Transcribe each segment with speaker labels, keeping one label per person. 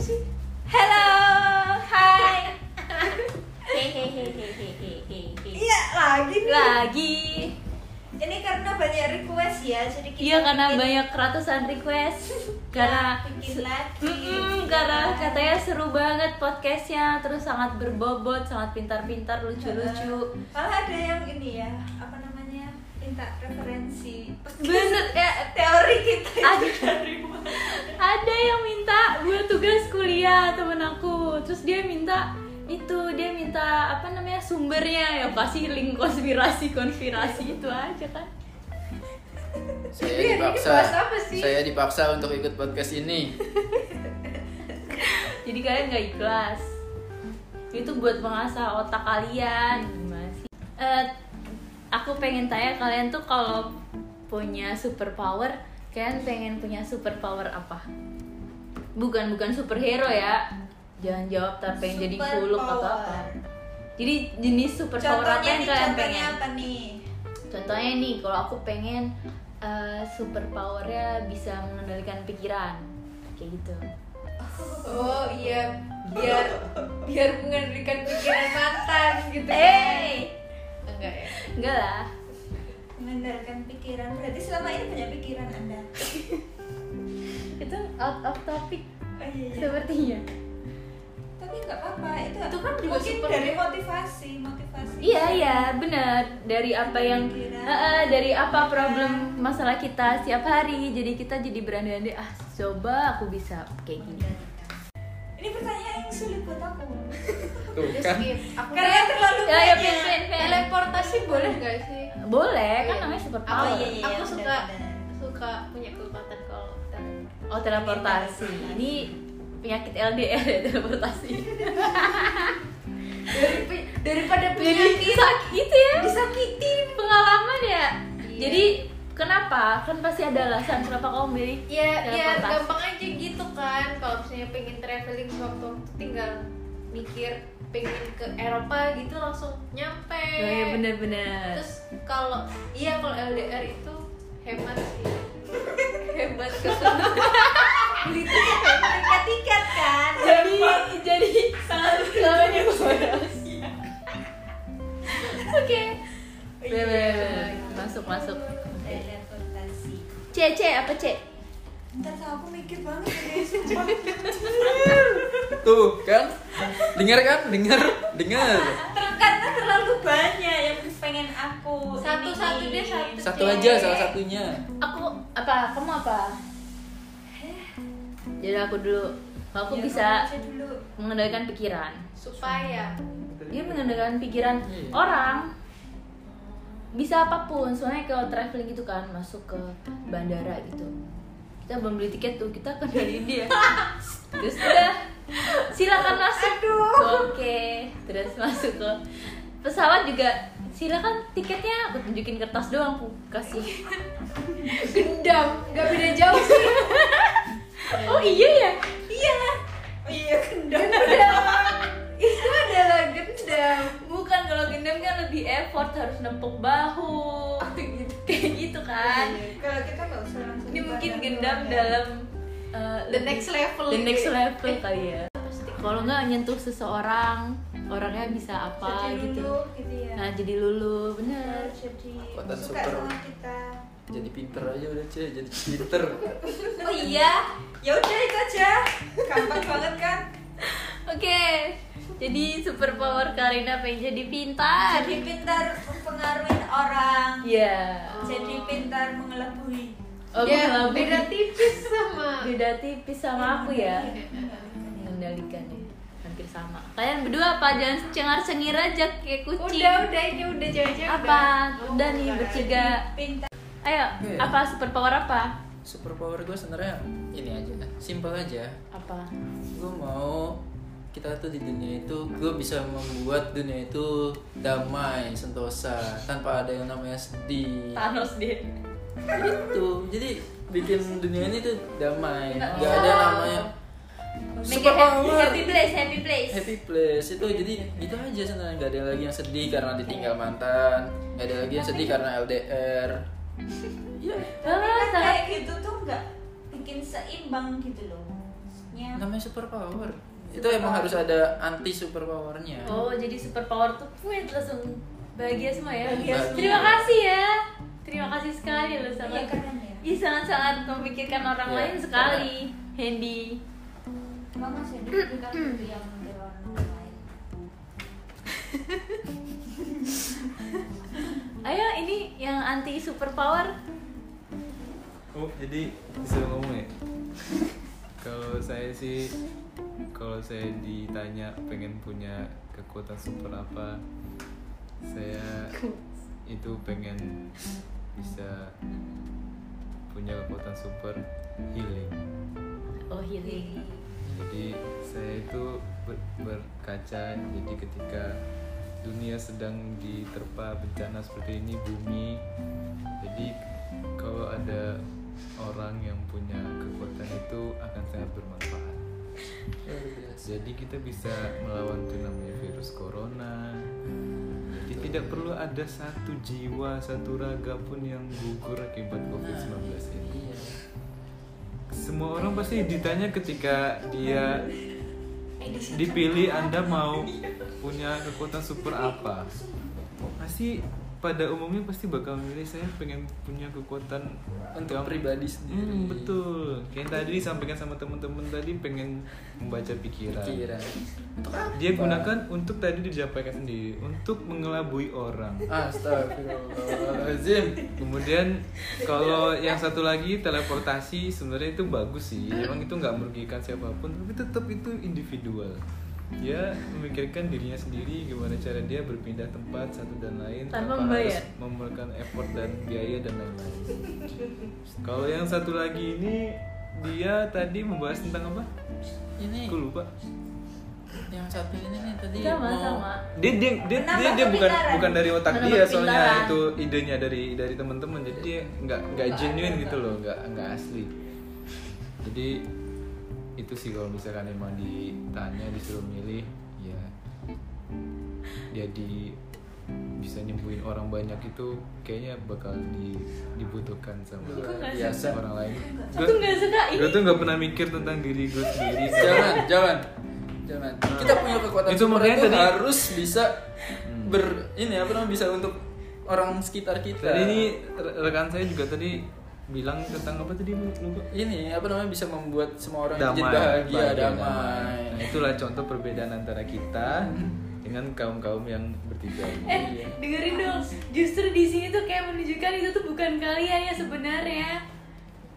Speaker 1: sih?
Speaker 2: Hello, hai.
Speaker 1: Iya lagi nih.
Speaker 2: Lagi.
Speaker 1: Ini karena banyak request ya, jadi kita
Speaker 2: Iya karena
Speaker 1: bikin- Iya,
Speaker 2: banyak ratusan request. Karena
Speaker 1: bikin lagi.
Speaker 2: Mm-mm, karena katanya seru banget podcastnya, terus sangat berbobot, sangat pintar-pintar, lucu-lucu.
Speaker 1: Malah ada yang ini ya, apa namanya? Minta referensi.
Speaker 2: Bener ya,
Speaker 1: Teori kita itu
Speaker 2: Ada.
Speaker 1: dari mana?
Speaker 2: ada yang minta buat tugas kuliah temen aku terus dia minta itu dia minta apa namanya sumbernya ya pasti link konspirasi konspirasi itu aja kan
Speaker 1: Jadi hari
Speaker 3: Saya
Speaker 1: Iya, ini
Speaker 3: dipaksa.
Speaker 1: bahas apa sih?
Speaker 3: Saya dipaksa untuk ikut podcast ini.
Speaker 2: jadi kalian nggak ikhlas itu buat mengasah otak kalian
Speaker 1: Hmm,
Speaker 2: gimana sih Eh, aku pengen tanya kalian tuh kalau punya superpower kalian pengen punya superpower apa bukan bukan superhero ya jangan jawab tapi pengen jadi
Speaker 1: Super
Speaker 2: buluk atau apa
Speaker 1: power.
Speaker 2: jadi jenis superpower apa
Speaker 1: Contohnya
Speaker 2: yang
Speaker 1: nih,
Speaker 2: kalian
Speaker 1: contohnya
Speaker 2: pengen
Speaker 1: apa nih?
Speaker 2: contohnya nih kalau aku pengen eh, superpowernya bisa mengendalikan pikiran kayak gitu
Speaker 1: Oh iya, biar biar mengendalikan pikiran mantan gitu.
Speaker 2: hey
Speaker 1: Enggak ya.
Speaker 2: Eh, enggak lah
Speaker 1: Mengandalkan pikiran berarti selama ini punya pikiran anda.
Speaker 2: itu out of topic
Speaker 1: Oh iya. iya.
Speaker 2: sepertinya
Speaker 1: Tapi nggak apa-apa itu.
Speaker 2: Itu kan juga
Speaker 1: mungkin
Speaker 2: super-
Speaker 1: dari motivasi, motivasi.
Speaker 2: iya iya benar dari apa yang
Speaker 1: Pikiran.
Speaker 2: Eh, eh, dari apa problem masalah kita setiap hari jadi kita jadi berandai-andai ah coba aku bisa kayak gini
Speaker 1: Iya. Ini pertanyaan yang sulit buat aku. Iya
Speaker 3: Tuh kan.
Speaker 4: Aku
Speaker 1: Karena terlalu
Speaker 2: ya ya
Speaker 1: banyak.
Speaker 2: pen pen pen
Speaker 4: teleportasi boleh gak sih?
Speaker 2: boleh kan
Speaker 4: Iya.
Speaker 2: namanya
Speaker 1: Oh
Speaker 2: superpower
Speaker 1: iya iya.
Speaker 4: Aku
Speaker 1: benar,
Speaker 4: suka.
Speaker 1: benar.
Speaker 4: Suka punya kekuatan kalau teleportasi.
Speaker 2: Oh
Speaker 1: Iya,
Speaker 2: teleportasi. Ini penyakit LDR ya teleportasi.
Speaker 4: Daripada
Speaker 2: Jadi sakit itu ya.
Speaker 1: Disakitin.
Speaker 2: Pengalaman ya.
Speaker 4: Iya.
Speaker 2: Jadi kenapa? Kan pasti ada alasan kenapa kamu milih
Speaker 4: ya ya
Speaker 2: teleportasi.
Speaker 4: gampang aja gitu kan. Kalau misalnya pengen traveling sewaktu-waktu tinggal mikir pengen ke Eropa gitu langsung nyampe.
Speaker 2: Oh, iya bener-bener.
Speaker 4: Terus kalau iya kalau LDR itu hemat sih. hemat kesempatan.
Speaker 1: Beli
Speaker 4: Gitu.
Speaker 1: tiket kan? Mereka tiket kan.
Speaker 2: Jadi jadi sangat selamanya Oke.
Speaker 1: Oh, iya,
Speaker 2: Bener, bener, bener. Masuk masuk.
Speaker 1: Teleportasi.
Speaker 2: C C apa C?
Speaker 1: Ntar tuh aku mikir banget ya, sumpah.
Speaker 3: Tuh kan. Dengar kan? Dengar, dengar.
Speaker 1: Karena terlalu banyak yang pengen aku.
Speaker 4: Satu-
Speaker 1: ini.
Speaker 4: satu
Speaker 1: Iya,
Speaker 4: deh, satu.
Speaker 3: Satu aja salah satunya.
Speaker 2: Aku apa? Kamu apa? Jadi aku dulu. Kalau Aku
Speaker 1: Ya,
Speaker 2: bisa
Speaker 1: kamu aja dulu.
Speaker 2: mengendalikan pikiran.
Speaker 4: supaya
Speaker 2: dia mengendalikan pikiran
Speaker 3: Iya.
Speaker 2: orang bisa apapun soalnya kalau traveling gitu kan masuk ke bandara gitu kita belum beli tiket tuh kita kendaliin dia terus udah silakan masuk oke terus masuk ke pesawat juga silakan tiketnya aku tunjukin kertas doang aku kasih
Speaker 4: gendam nggak beda jauh sih
Speaker 2: oh iya ya
Speaker 1: Iya. Oh iya gendam. Itu adalah gendam.
Speaker 2: bukan kalau gendam kan lebih effort harus nempuk bahu kayak gitu kan
Speaker 1: Kalau kita nggak usah langsung.
Speaker 2: Ini mungkin
Speaker 1: dipandang
Speaker 2: gendam
Speaker 1: doang ya.
Speaker 2: dalam uh,
Speaker 4: the next level
Speaker 2: the next
Speaker 4: gitu.
Speaker 2: level kali ya. Kalau nggak nyentuh seseorang, orangnya bisa apa
Speaker 1: jadi
Speaker 2: gitu.
Speaker 1: dulu gitu ya. Nah,
Speaker 2: Nah jadi lulu, bener.
Speaker 1: jadi
Speaker 3: Kota
Speaker 1: suka
Speaker 3: super.
Speaker 1: sama kita.
Speaker 3: Jadi pinter aja udah, C. Jadi pinter.
Speaker 1: Oh iya, ya udah itu aja. Gampang banget kan?
Speaker 2: Oke, jadi superpower Karina pengen jadi pintar.
Speaker 1: Jadi pintar mempengaruhi orang.
Speaker 2: Iya.
Speaker 1: Jadi pintar mengelabui.
Speaker 2: Oh,
Speaker 4: ya,
Speaker 2: mengelabui.
Speaker 4: beda tipis sama
Speaker 2: beda tipis sama aku ya. Mengendalikan ya, hampir sama. Kalian berdua apa? Jangan cengar-cengir aja kayak kucing.
Speaker 4: udah udah ini udah Oh, jauh-jauh
Speaker 2: Apa? Udah nih bertiga.
Speaker 1: Pintar.
Speaker 2: Ayo,
Speaker 3: Iya.
Speaker 2: apa superpower apa?
Speaker 3: Superpower gue sebenarnya ini aja. Simpel aja.
Speaker 2: Apa?
Speaker 3: Gue mau kita tuh di dunia itu gue bisa membuat dunia itu damai sentosa tanpa ada yang namanya sedih
Speaker 2: Thanos dia.
Speaker 3: gitu jadi bikin dunia ini tuh damai
Speaker 2: Nggak
Speaker 3: nggak
Speaker 2: bisa.
Speaker 3: ada namanya
Speaker 2: Make it happy,
Speaker 3: superpower
Speaker 2: happy place, happy place.
Speaker 3: happy place itu jadi itu aja sebenarnya nggak ada lagi yang sedih karena ditinggal mantan nggak ada lagi yang sedih karena LDR Iya.
Speaker 1: Tapi
Speaker 2: Alah,
Speaker 1: kan
Speaker 2: sangat-
Speaker 1: kayak gitu tuh nggak bikin seimbang gitu loh. Maksudnya
Speaker 3: namanya superpower itu emang harus ada anti superpowernya
Speaker 2: Oh, jadi superpower tuh punya langsung bahagia semua ya.
Speaker 3: Bahagia semua.
Speaker 2: Terima kasih ya. Terima kasih sekali loh sama.
Speaker 1: Iya, keren ya.
Speaker 2: Ih, sangat-sangat memikirkan orang
Speaker 3: Iya,
Speaker 2: lain sekali. Handy.
Speaker 1: Mama sedih bukan itu yang menyerang orang lain.
Speaker 2: Ayo ini yang anti superpower.
Speaker 5: Oh, jadi bisa ngomong ya? kalau saya sih, kalau saya ditanya pengen punya kekuatan super apa, saya itu pengen bisa punya kekuatan super healing.
Speaker 2: Oh, healing.
Speaker 5: Jadi saya itu ber- berkaca jadi ketika dunia sedang diterpa bencana seperti ini bumi. Jadi kalau ada orang yang punya kekuatan itu akan sangat bermanfaat.
Speaker 3: Luar biasa.
Speaker 5: Jadi kita bisa melawan tuh namanya virus corona. Jadi tidak perlu ada satu jiwa, satu raga pun yang gugur akibat
Speaker 3: Nah,
Speaker 5: COVID-19 ini
Speaker 3: iya.
Speaker 5: semua orang pasti ditanya ketika dia dipilih anda mau punya kekuatan super apa pasti pada umumnya pasti bakal milih saya pengen punya kekuatan
Speaker 3: Untuk
Speaker 5: yang-
Speaker 3: pribadi sendiri.
Speaker 5: Hmm, betul kayak yang tadi disampaikan sama teman-teman tadi pengen membaca pikiran
Speaker 3: Pikiran. Untuk apa?
Speaker 5: dia gunakan untuk tadi disampaikan sendiri untuk mengelabui orang
Speaker 3: Astagfirullahaladzim
Speaker 5: Kemudian kalau yang satu lagi teleportasi sebenarnya itu bagus sih. Emang itu nggak merugikan siapapun, tapi tetap itu individual. Dia memikirkan dirinya sendiri gimana cara dia berpindah tempat satu dan lain
Speaker 2: Tanpa
Speaker 5: harus
Speaker 2: membayar.
Speaker 5: memerlukan effort dan biaya dan lain-lain. kalau yang satu lagi ini dia tadi membahas tentang apa?
Speaker 3: Ini
Speaker 5: Aku lupa.
Speaker 3: yang satu ini nih tadi
Speaker 2: Sama
Speaker 3: mau
Speaker 2: sama.
Speaker 5: Dia dia dia, dia, dia
Speaker 1: Menambah
Speaker 5: bukan
Speaker 1: kepintaran.
Speaker 5: bukan dari otak
Speaker 2: Menambah
Speaker 5: dia soalnya
Speaker 2: kepintaran.
Speaker 5: itu idenya dari dari teman-teman jadi dia nggak nggak genuine gitu loh nggak nggak asli jadi itu sih kalau misalkan emang ditanya disuruh milih ya jadi bisa nyembuhin orang banyak itu kayaknya bakal di- dibutuhkan sama
Speaker 3: Luar
Speaker 2: nggak
Speaker 3: biasa
Speaker 5: orang lain
Speaker 2: Aku nggak suka ini.
Speaker 5: gue tuh nggak pernah mikir tentang diri gue sendiri
Speaker 3: Jangan, jangan Jangan Kita punya kekuatan
Speaker 5: Itu
Speaker 3: super
Speaker 5: makanya
Speaker 3: itu
Speaker 5: tadi-
Speaker 3: harus bisa Ber, ini apa namanya, bisa untuk orang sekitar kita
Speaker 5: tadi ini re- rekan saya juga tadi bilang tentang apa tadi lupa
Speaker 3: Ini apa namanya, bisa membuat semua orang jadi
Speaker 5: damai,
Speaker 3: bahagia,
Speaker 5: iya, damai.
Speaker 3: damai,
Speaker 5: Nah, itulah contoh perbedaan antara kita dengan kaum kaum yang bertiga ini.
Speaker 2: Eh, dengerin dong. Justru di sini tuh kayak menunjukkan itu tuh bukan kalian ya sebenarnya.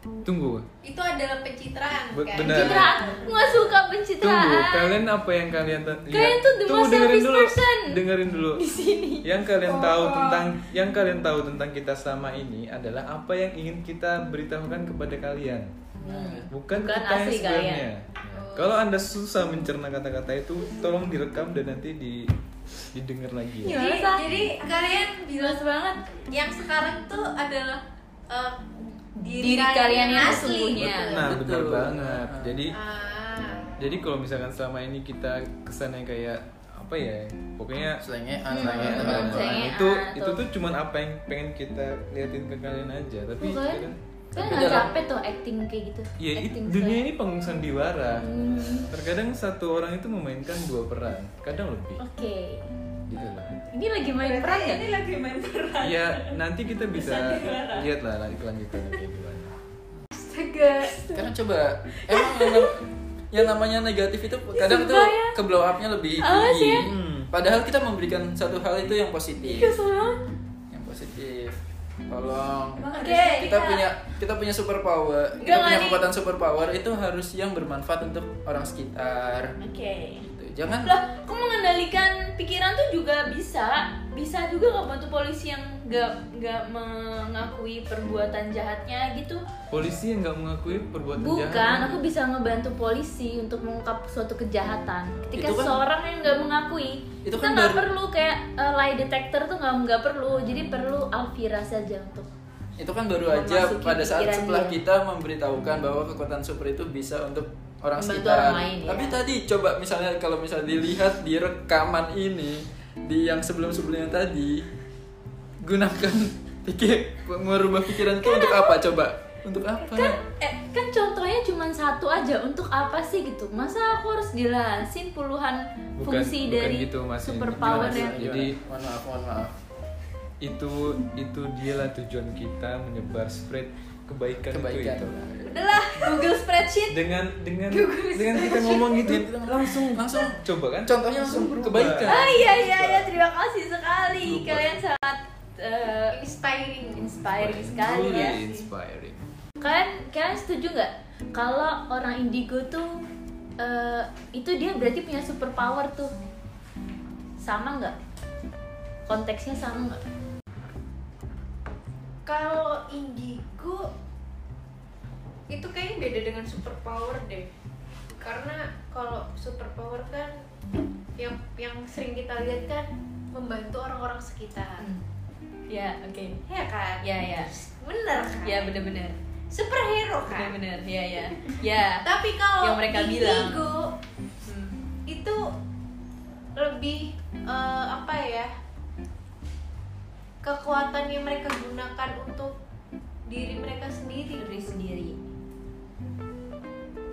Speaker 5: Tunggu,
Speaker 4: Itu adalah pencitraan
Speaker 5: Be-
Speaker 4: kan?
Speaker 5: benar.
Speaker 2: Pencitraan. Aku nggak suka pencitraan.
Speaker 5: Iya, tunggu. Kalian apa yang kalian ta- lihat?
Speaker 2: Kalian tuh the
Speaker 5: Tunggu,
Speaker 2: most
Speaker 5: dengerin
Speaker 2: selfish
Speaker 5: dulu.
Speaker 2: person.
Speaker 5: Dengerin dulu.
Speaker 2: Di sini. Oh.
Speaker 5: Yang kalian tahu tentang yang kalian tahu tentang kita selama ini adalah apa yang ingin kita beritahukan kepada kalian.
Speaker 3: Nah,
Speaker 5: Bukan,
Speaker 2: Bukan asli
Speaker 5: kita yang
Speaker 2: ya? Oh. kalian.
Speaker 5: sebenarnya. Kalau anda susah mencerna kata-kata itu, tolong direkam dan nanti di didengar lagi.
Speaker 2: Iya.
Speaker 4: Jadi,
Speaker 2: Jelas.
Speaker 4: jadi kalian
Speaker 2: Jelas banget.
Speaker 4: yang sekarang tuh adalah eh,
Speaker 2: Diri kalian yang sesungguhnya.
Speaker 4: gitu.
Speaker 5: Nah, benar
Speaker 3: Betul.
Speaker 5: banget.
Speaker 3: Nah.
Speaker 5: Jadi
Speaker 4: Ah.
Speaker 5: jadi kalau misalkan selama ini kita kesannya kayak apa ya? Pokoknya
Speaker 3: Selengean,
Speaker 5: Nah,
Speaker 3: selengean, teman-teman.
Speaker 5: nah,
Speaker 2: Cengengan
Speaker 5: itu itu
Speaker 2: tuh.
Speaker 5: tuh cuman apa yang pengen kita liatin ke kalian aja, tapi
Speaker 2: Tuh,
Speaker 5: ya
Speaker 2: kalian
Speaker 5: kan-
Speaker 2: kalian
Speaker 3: Tapi
Speaker 2: nggak
Speaker 3: dalam-
Speaker 2: capek tuh acting kayak gitu.
Speaker 5: ya it-
Speaker 2: acting
Speaker 5: dunia
Speaker 2: saya.
Speaker 5: ini panggung sandiwara.
Speaker 2: Hmm.
Speaker 5: Terkadang satu orang itu memainkan dua peran, kadang lebih
Speaker 2: Oke.
Speaker 5: gitu lah.
Speaker 2: Ini lagi main
Speaker 1: Berarti
Speaker 2: peran ya?
Speaker 1: Ini lagi main peran.
Speaker 5: Ya, nanti kita bisa lihat lah nanti kelanjutannya kayak gimana.
Speaker 2: Astaga.
Speaker 3: Sekarang coba Emang yang, nam- yang namanya negatif itu Kadang tuh
Speaker 2: sumpah ya.
Speaker 3: ke blow up-nya lebih
Speaker 2: Awas
Speaker 3: tinggi
Speaker 2: ya.
Speaker 3: Hmm. Padahal kita memberikan satu hal itu yang positif
Speaker 2: Kesel banget.
Speaker 3: Yang positif Tolong
Speaker 1: Emang
Speaker 2: Oke,
Speaker 1: harus
Speaker 3: kita punya kita punya super power kita
Speaker 2: Enggak,
Speaker 3: punya
Speaker 2: Lani.
Speaker 3: kekuatan super power itu harus yang bermanfaat untuk orang sekitar
Speaker 2: Oke.
Speaker 3: gitu jangan
Speaker 2: Lah, kok mengendalikan pikiran tuh juga bisa? Bisa juga nggak bantu polisi yang nggak nggak mengakui perbuatan jahatnya gitu?
Speaker 5: Polisi yang nggak mengakui perbuatan
Speaker 2: Bukan,
Speaker 5: jahat.
Speaker 2: aku bisa ngebantu polisi untuk mengungkap suatu kejahatan. Ketika
Speaker 3: Itu kan-
Speaker 2: seorang yang nggak mengakui, kita
Speaker 3: Itu kan
Speaker 2: nggak
Speaker 3: baru-
Speaker 2: perlu kayak eh, lie detector tuh nggak nggak perlu. Jadi perlu Alvira saja untuk.
Speaker 3: itu kan baru aja
Speaker 2: Memasuki
Speaker 3: pada saat
Speaker 2: pikiran
Speaker 3: setelah
Speaker 2: dia.
Speaker 3: kita memberitahukan bahwa kekuatan super itu bisa untuk orang
Speaker 2: Membantu
Speaker 3: sekitar
Speaker 2: orang lain, ya.
Speaker 3: tapi tadi coba misalnya kalau misalnya dilihat di rekaman ini di yang sebelum sebelumnya tadi gunakan pikir merubah pikiran itu untuk apa coba untuk apa
Speaker 2: Kan, eh, kan contohnya cuma cuman satu aja untuk apa sih gitu masa aku harus jelasin puluhan
Speaker 5: Bukan-
Speaker 2: fungsi
Speaker 5: bukan
Speaker 2: dari
Speaker 5: gitu, Mas.
Speaker 2: superpower
Speaker 5: Gimana sih?
Speaker 2: yang
Speaker 5: Jadi-
Speaker 3: mohon maaf, mohon maaf.
Speaker 5: itu itu dialah tujuan kita menyebar spread kebaikan,
Speaker 3: Kebaikan.
Speaker 5: Kan itu, itu.
Speaker 1: Udahlah, Google spreadsheet.
Speaker 5: dengan dengan dengan kita ngomong gitu langsung
Speaker 3: Langsung
Speaker 5: coba kan
Speaker 3: Contohnya
Speaker 2: Iya,
Speaker 3: langsung kebaikan.
Speaker 2: ah iya iya iya terima kasih sekali kalian sangat
Speaker 4: Ah,
Speaker 2: eh,
Speaker 4: inspiring
Speaker 2: inspiring sekali
Speaker 5: Truly
Speaker 3: Iya,
Speaker 2: ya
Speaker 5: Iya, inspiring
Speaker 2: kalian kalian setuju nggak kalau orang indigo tuh eh, itu dia berarti punya superpower tuh sama nggak konteksnya sama nggak
Speaker 4: kalau indigo itu kayaknya beda dengan superpower deh karena kalau superpower kan yang yang sering kita lihat kan membantu orang-orang sekitar
Speaker 2: ya oke
Speaker 4: ya kan
Speaker 2: ya ya
Speaker 4: bener kan
Speaker 2: ya benar-benar
Speaker 4: superhero kan
Speaker 2: benar-benar ya ya ya
Speaker 4: tapi kalau
Speaker 2: Yang mereka
Speaker 4: indigo
Speaker 2: bilang.
Speaker 4: Hmm. itu lebih eh, apa ya kekuatan yang mereka gunakan untuk diri mereka sendiri
Speaker 2: diri sendiri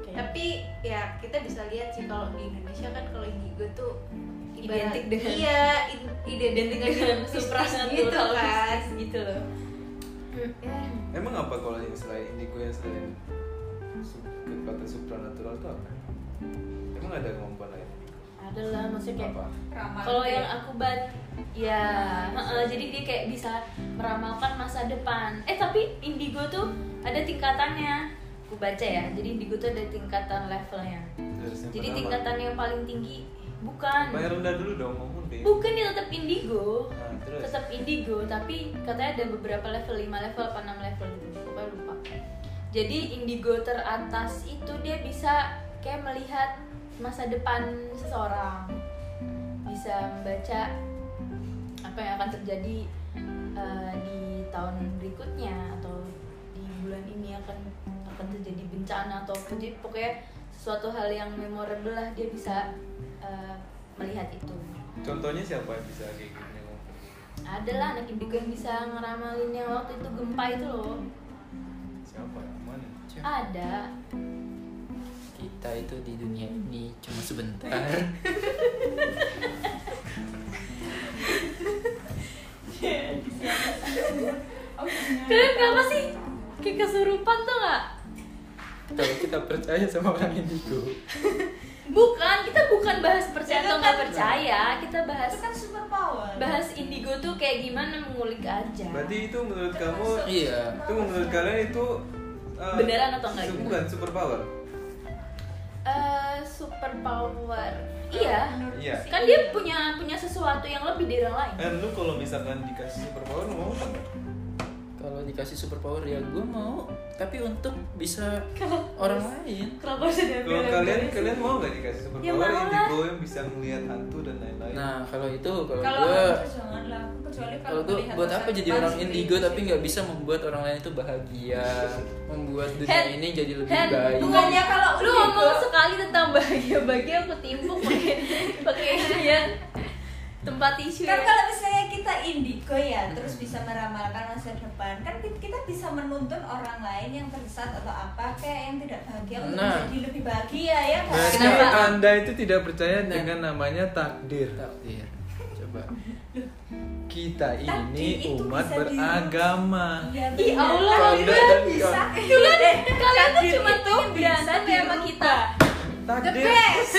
Speaker 2: Tapi
Speaker 4: tapi ya kita bisa lihat sih kalau di Indonesia kan kalau indigo tuh ibarat-
Speaker 2: Identik dengan-
Speaker 4: iya id- identik dengan yang mistis gitu kan
Speaker 2: gitu loh
Speaker 5: emang apa kalau yang selain indigo yang selain su- kekuatan supranatural itu apa emang ada kemampuan lain
Speaker 2: ada lah maksudnya kayak
Speaker 5: apa
Speaker 1: Ramah.
Speaker 2: kalau yang
Speaker 1: Iya.
Speaker 2: aku bat ya heeh, jadi dia kayak bisa meramalkan masa depan eh tapi indigo tuh ada tingkatannya aku baca ya jadi indigo tuh ada tingkatan levelnya
Speaker 5: Terus yang
Speaker 2: jadi
Speaker 5: pertama.
Speaker 2: tingkatan yang paling tinggi bukan
Speaker 5: Apa yang rendah dulu dong mau munting
Speaker 2: bukan ya tetap indigo
Speaker 5: Nah, terus
Speaker 2: tetap indigo tapi katanya ada beberapa level 5 level apa 6 level gitu pokoknya lupa jadi indigo teratas itu dia bisa kayak melihat masa depan seseorang bisa membaca apa yang akan terjadi eh, di tahun berikutnya atau di bulan ini akan akan terjadi bencana atau apa. Jadi pokoknya sesuatu hal yang memorable lah dia bisa eh, melihat itu
Speaker 5: contohnya siapa yang bisa kayak gitu yang ngomong?
Speaker 2: ada lah anak indigo yang bisa ngeramalin yang waktu itu gempa itu loh
Speaker 5: siapa mana
Speaker 2: ada
Speaker 3: Kita itu di dunia ini cuma sebentar.
Speaker 2: kalian kenapa sih kayak kesurupan tuh nggak
Speaker 5: kalau kita percaya sama orang indigo
Speaker 2: bukan kita bukan bahas percaya
Speaker 1: Itu
Speaker 2: atau nggak
Speaker 1: kan-
Speaker 2: percaya kita bahas
Speaker 1: itu kan superpower.
Speaker 2: bahas indigo tuh kayak gimana mengulik aja
Speaker 5: berarti itu menurut kamu
Speaker 3: iya.
Speaker 5: itu menurut kalian itu eh,
Speaker 2: Beneran atau enggak
Speaker 5: su-
Speaker 2: gimana?
Speaker 5: bukan superpower
Speaker 2: Eh, superpower iya
Speaker 5: iya
Speaker 2: kan dia punya punya sesuatu yang lebih dari orang lain
Speaker 5: Eh, lu kalau misalkan dikasih superpower lu mau apa nggak?
Speaker 3: Kalau dikasih superpower ya gue mau, tapi untuk bisa orang lain.
Speaker 2: kenapa sudah
Speaker 5: Kalau kalian kalian mau nggak dikasih
Speaker 2: Ya
Speaker 5: superpower
Speaker 2: mau
Speaker 5: indigo yang bisa ngelihat hantu dan lain-lain?
Speaker 3: Nah kalau itu kalau
Speaker 1: Kalau
Speaker 3: gue
Speaker 1: aku jangan lah, kecuali
Speaker 3: kalau
Speaker 1: kalau
Speaker 3: gue
Speaker 1: melihat
Speaker 3: buat
Speaker 1: masa
Speaker 3: apa jadi
Speaker 1: depan
Speaker 3: orang
Speaker 1: sendiri.
Speaker 3: indigo tapi nggak bisa membuat orang lain itu bahagia, membuat dunia
Speaker 2: Hen,
Speaker 3: ini jadi lebih
Speaker 2: Hen,
Speaker 3: baik.
Speaker 1: Bukannya kalau
Speaker 2: lu
Speaker 1: indigo-
Speaker 2: ngomong sekali tentang bahagia bahagia aku timpuk pakai pakai ini ya tempat tisu
Speaker 1: Kan
Speaker 2: ya.
Speaker 1: kalau misalnya kita indigo ya, terus bisa meramalkan masa depan, kan ki- kita bisa menuntun orang lain yang tersesat atau apa kayak yang tidak bahagia untuk
Speaker 3: Nah.
Speaker 1: menjadi lebih bahagia ya kan?
Speaker 5: Berarti
Speaker 2: Kenapa?
Speaker 5: Anda itu tidak percaya dengan namanya takdir. Iya.
Speaker 3: Takdir. Coba.
Speaker 5: Kita
Speaker 1: Takdir
Speaker 5: ini
Speaker 1: itu
Speaker 5: umat
Speaker 1: bisa
Speaker 5: beragama.
Speaker 1: Iya,
Speaker 2: Ih,
Speaker 1: benar.
Speaker 2: Allah,
Speaker 1: Takdir
Speaker 5: Allah.
Speaker 1: kan bisa.
Speaker 2: Kalian-
Speaker 1: Eh,
Speaker 2: kalian tuh
Speaker 1: takdir
Speaker 2: cuma
Speaker 1: itu
Speaker 2: tuh
Speaker 1: bisa
Speaker 2: berantem ya
Speaker 1: dirubah.
Speaker 2: sama kita
Speaker 1: The
Speaker 5: Takdir.
Speaker 1: best.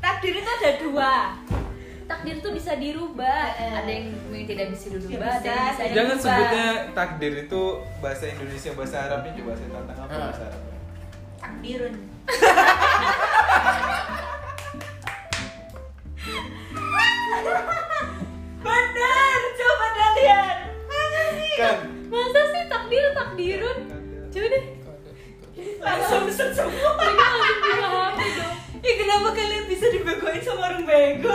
Speaker 1: Takdir itu ada dua. Eh, ya
Speaker 2: takdir tuh bisa dirubah ada yang mungkin Eh, tidak bisa dirubah ada yang bisa
Speaker 1: Bisa.
Speaker 2: dirubah.
Speaker 5: Jangan sebutnya takdir itu bahasa Indonesia, bahasa Arabnya juga bahasa tantang apa
Speaker 3: Ah.
Speaker 5: bahasa Arabnya?
Speaker 1: Takdirun. Benar, coba kalian.
Speaker 5: Kan.
Speaker 2: masa sih takdir takdirun
Speaker 5: Ya,
Speaker 2: coba deh
Speaker 1: Langsung set semua.
Speaker 2: mereka langsung buka HP dong
Speaker 1: Ya kenapa kalian bisa dibegoin sama orang bego?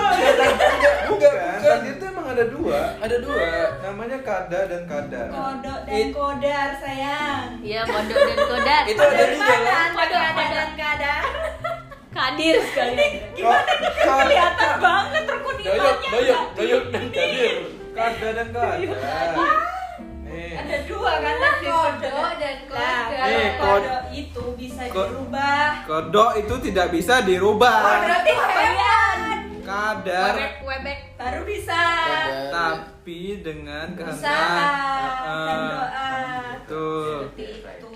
Speaker 5: Bukan, takdir itu emang ada dua.
Speaker 3: Ada dua.
Speaker 5: Namanya kada dan kadar.
Speaker 1: Kodok dan
Speaker 3: It-
Speaker 1: kodar sayang.
Speaker 2: iya kodok dan kodar
Speaker 3: Itu ada di
Speaker 1: Mana
Speaker 3: dalam.
Speaker 1: ada
Speaker 2: Kodok,
Speaker 1: kada
Speaker 2: kodok.
Speaker 1: dan kada?
Speaker 2: kadir sekali
Speaker 1: Gimana nih kelihatan banget
Speaker 5: Doyok,
Speaker 2: Iya.
Speaker 1: terkuningnya?
Speaker 5: doyok, doyok dan kadir. Kada dan kadar. Nih,
Speaker 1: Ada dua kan tadi
Speaker 4: kodo dan
Speaker 1: Nah,
Speaker 4: kodok.
Speaker 1: kalau
Speaker 5: Eh, kod-
Speaker 1: kodok itu bisa
Speaker 5: kod- Ah.
Speaker 1: dirubah.
Speaker 5: Kodok itu tidak bisa dirubah.
Speaker 1: Kodok itu
Speaker 2: ya?
Speaker 1: hewan.
Speaker 5: Kadar
Speaker 4: Webek, webek.
Speaker 1: Baru bisa.
Speaker 3: Kadang-
Speaker 5: tapi dengan
Speaker 1: Usaha
Speaker 5: kehendak.
Speaker 1: dan
Speaker 5: Heeh.
Speaker 1: Kan doa.
Speaker 5: Ah, Betul.
Speaker 1: Seperti itu.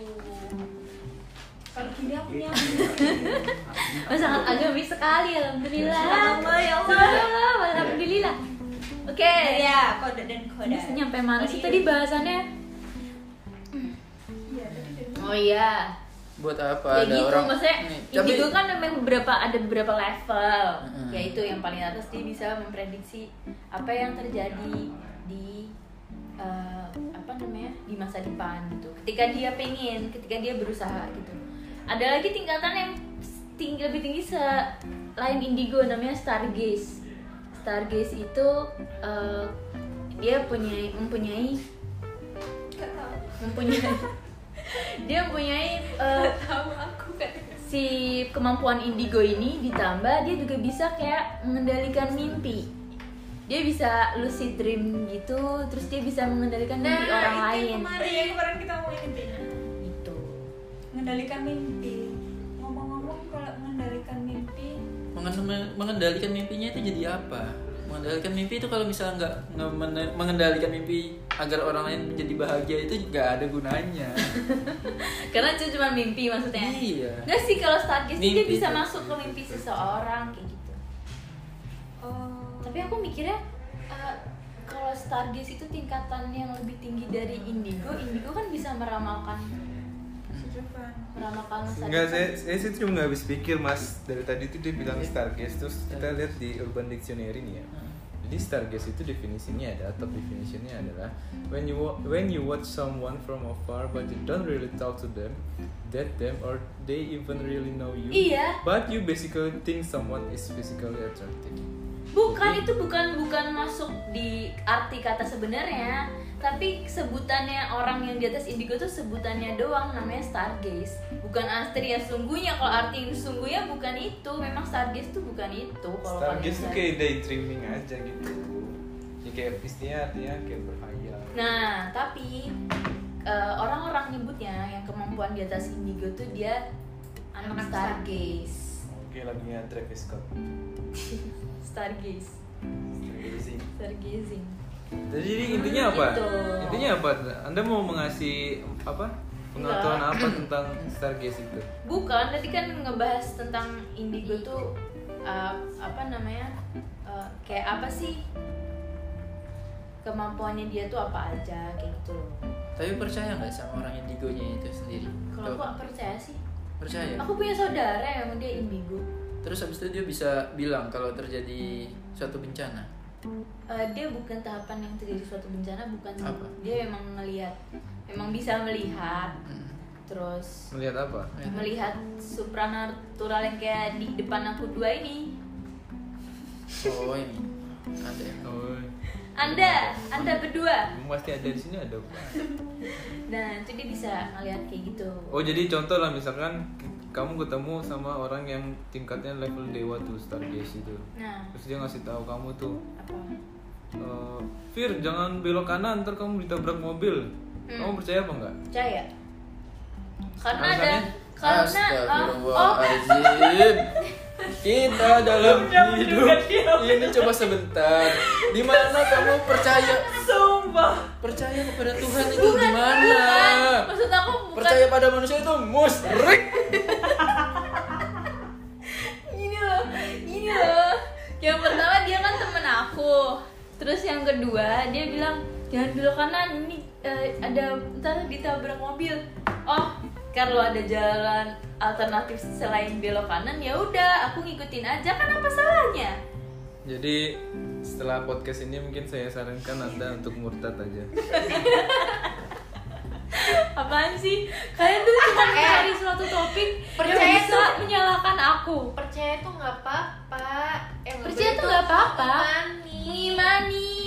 Speaker 1: Kalau gini aku
Speaker 5: Iya.
Speaker 2: Oh, sangat agamis sekali alhamdulillah.
Speaker 1: Subhanallah, ya Allah.
Speaker 2: Subhanallah, alhamdulillah. Oke.
Speaker 1: Ya, kodok dan
Speaker 2: Ini
Speaker 1: kodok.
Speaker 2: nyampe mana sih tadi bahasannya?
Speaker 1: Iya, tadi dari-
Speaker 2: Oh iya.
Speaker 3: buat
Speaker 2: ya
Speaker 3: apa ada
Speaker 2: gitu
Speaker 3: orang
Speaker 2: maksudnya
Speaker 3: Nih,
Speaker 2: indigo kan memang beberapa ada beberapa level
Speaker 3: Mm-mm.
Speaker 2: yaitu yang paling atas dia bisa memprediksi apa yang terjadi di eh, apa namanya di masa depan gitu ketika dia pengen ketika dia berusaha gitu ada lagi tingkatan yang tinggi lebih tinggi selain indigo namanya stargaze stargaze itu eh, dia punya mempunyai
Speaker 1: Nggak tahu.
Speaker 2: mempunyai dia mempunyai eh,
Speaker 4: Tahu aku kan.
Speaker 2: si kemampuan indigo ini ditambah dia juga bisa kayak mengendalikan mimpi dia bisa lucid dream gitu terus dia bisa mengendalikan
Speaker 4: Nah,
Speaker 2: mimpi orang
Speaker 4: itu
Speaker 2: lain
Speaker 1: Mari ya kemarin kita mau ini Bin.
Speaker 2: gitu
Speaker 1: mengendalikan mimpi. Ngomong-ngomong kalau mengendalikan mimpi
Speaker 3: mengen- mengendalikan mimpinya itu jadi apa mengendalikan mimpi itu kalau misalnya nggak nggak mene- mengendalikan mimpi agar orang lain menjadi bahagia itu nggak ada gunanya
Speaker 2: karena itu cuma mimpi maksudnya
Speaker 3: Iya.
Speaker 2: nggak sih kalau stargaze sih dia
Speaker 3: Mimpi
Speaker 2: bisa
Speaker 3: itu.
Speaker 2: masuk ke mimpi seseorang kayak gitu
Speaker 1: oh
Speaker 2: tapi aku mikirnya eh, kalau stargaze itu tingkatan yang lebih tinggi dari indigo indigo kan bisa meramalkan
Speaker 1: kesujukan.
Speaker 2: meramalkan masa
Speaker 5: Enggak,
Speaker 2: depan.
Speaker 5: saya, saya sih cuma nggak habis pikir mas Dari tadi tuh dia bilang
Speaker 2: Iya.
Speaker 5: Stargaze Terus kita lihat di Urban Dictionary nih ya Jadi Stargaze itu definisinya ada Top
Speaker 2: Hmm.
Speaker 5: definitionnya adalah When you, wa- when you watch someone from afar But you don't really talk to them That them or they even really know you
Speaker 2: Iya.
Speaker 5: But you basically think someone is physically attractive
Speaker 2: Bukan itu bukan bukan masuk di arti kata sebenarnya, tapi sebutannya orang yang di atas indigo tuh sebutannya doang namanya stargaze. Bukan astri yang sungguhnya. Kalau arti yang sungguhnya bukan itu. Memang stargaze tuh bukan itu kalau
Speaker 5: Stargaze
Speaker 2: kalian-
Speaker 5: tuh kayak daydreaming aja gitu Ya kayak istinya artinya kayak berhayal
Speaker 2: Nah, tapi eh, orang-orang nyebutnya yang kemampuan di atas indigo tuh dia anak,
Speaker 4: Anak
Speaker 2: stargaze.
Speaker 5: Oke lagunya Travis Scott
Speaker 2: Stargaze.
Speaker 5: Stargazing
Speaker 2: Stargazing.
Speaker 5: Jadi intinya apa?
Speaker 2: Gitu.
Speaker 5: Intinya apa? Anda mau mengasih apa? Pengetahuan apa tentang Stargaze itu?
Speaker 2: Bukan, tadi kan ngebahas tentang indigo tuh uh, apa namanya? uh, kayak apa sih? Kemampuannya dia tuh apa aja kayak gitu loh.
Speaker 3: tapi percaya nggak sama orang indigonya itu sendiri
Speaker 2: Kalau aku
Speaker 3: Kalau-
Speaker 2: nggak percaya sih.
Speaker 3: percaya
Speaker 2: Aku Oh. punya saudara yang dia indigo.
Speaker 3: terus habis itu dia bisa bilang kalau terjadi suatu bencana
Speaker 2: Uh, dia bukan tahapan yang terjadi suatu bencana, bukan
Speaker 3: Apa?
Speaker 2: dia memang melihat, memang bisa melihat,
Speaker 3: Hmm.
Speaker 2: terus
Speaker 5: Melihat apa?
Speaker 2: melihat supranatural yang kayak di depan aku dua ini.
Speaker 3: oh ini ada ya
Speaker 5: Oh,
Speaker 2: Anda, Anda berdua.
Speaker 5: emang pasti ada di sini ada. apa?
Speaker 2: Nah, itu dia bisa ngelihat kayak gitu.
Speaker 5: Oh jadi contoh lah misalkan kamu ketemu sama orang yang tingkatnya level dewa tuh Stargaze itu.
Speaker 2: Nah,
Speaker 5: Terus dia ngasih tahu kamu tuh,
Speaker 2: apa?
Speaker 5: "Eh, Fir jangan belok kanan ntar kamu ditabrak mobil.
Speaker 2: Hmm.
Speaker 5: Kamu percaya apa enggak?
Speaker 2: Percaya? Karena ada
Speaker 5: Alasannya?
Speaker 2: karena ah, oh,
Speaker 3: Astagfirullahaladzim Kita dalam hidup Ini coba sebentar Di mana kamu percaya
Speaker 1: Sumpah.
Speaker 3: Percaya kepada Tuhan itu
Speaker 2: bukan,
Speaker 3: gimana?
Speaker 2: bukan. Maksud aku bukan
Speaker 3: Percaya pada manusia itu musyrik
Speaker 2: gini loh. Gini loh. Yang pertama dia kan temen aku. Terus yang kedua dia bilang jangan belok kanan ini eh, ada ntar ditabrak mobil. Oh, kalau ada jalan alternatif selain belok kanan ya udah aku ngikutin aja kan apa salahnya?
Speaker 5: Jadi setelah podcast ini mungkin saya sarankan anda untuk murtad aja.
Speaker 2: Apaan sih? Kalian tuh cuma cari suatu topik
Speaker 4: Eh, percaya
Speaker 2: yang bisa
Speaker 4: tuh-
Speaker 2: menyalahkan aku.
Speaker 4: Percaya tuh nggak apa-apa. Eh, Yang
Speaker 2: Percaya tuh nggak apa-apa.
Speaker 4: Mani.
Speaker 2: Mengimani.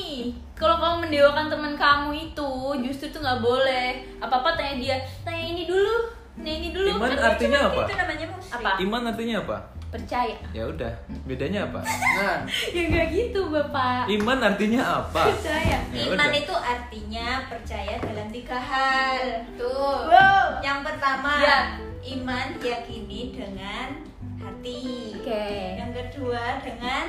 Speaker 2: Kalau kamu mendewakan teman kamu itu, justru tuh nggak boleh. Apa apa tanya dia, tanya ini dulu, tanya ini dulu.
Speaker 5: Iman
Speaker 2: Kan
Speaker 5: artinya apa?
Speaker 1: gitu Itu namanya musyrik.
Speaker 2: Apa?
Speaker 5: Iman artinya apa?
Speaker 2: percaya
Speaker 5: ya udah bedanya apa
Speaker 3: Nah,
Speaker 2: ya nggak gitu bapak
Speaker 5: iman artinya apa
Speaker 2: percaya
Speaker 5: Ya
Speaker 1: Iman
Speaker 5: udah.
Speaker 1: itu artinya percaya dalam tiga hal.
Speaker 4: Tuh.
Speaker 2: wow
Speaker 1: Yang pertama,
Speaker 2: Ya.
Speaker 1: iman yakini dengan hati.
Speaker 2: oke
Speaker 1: Yang kedua dengan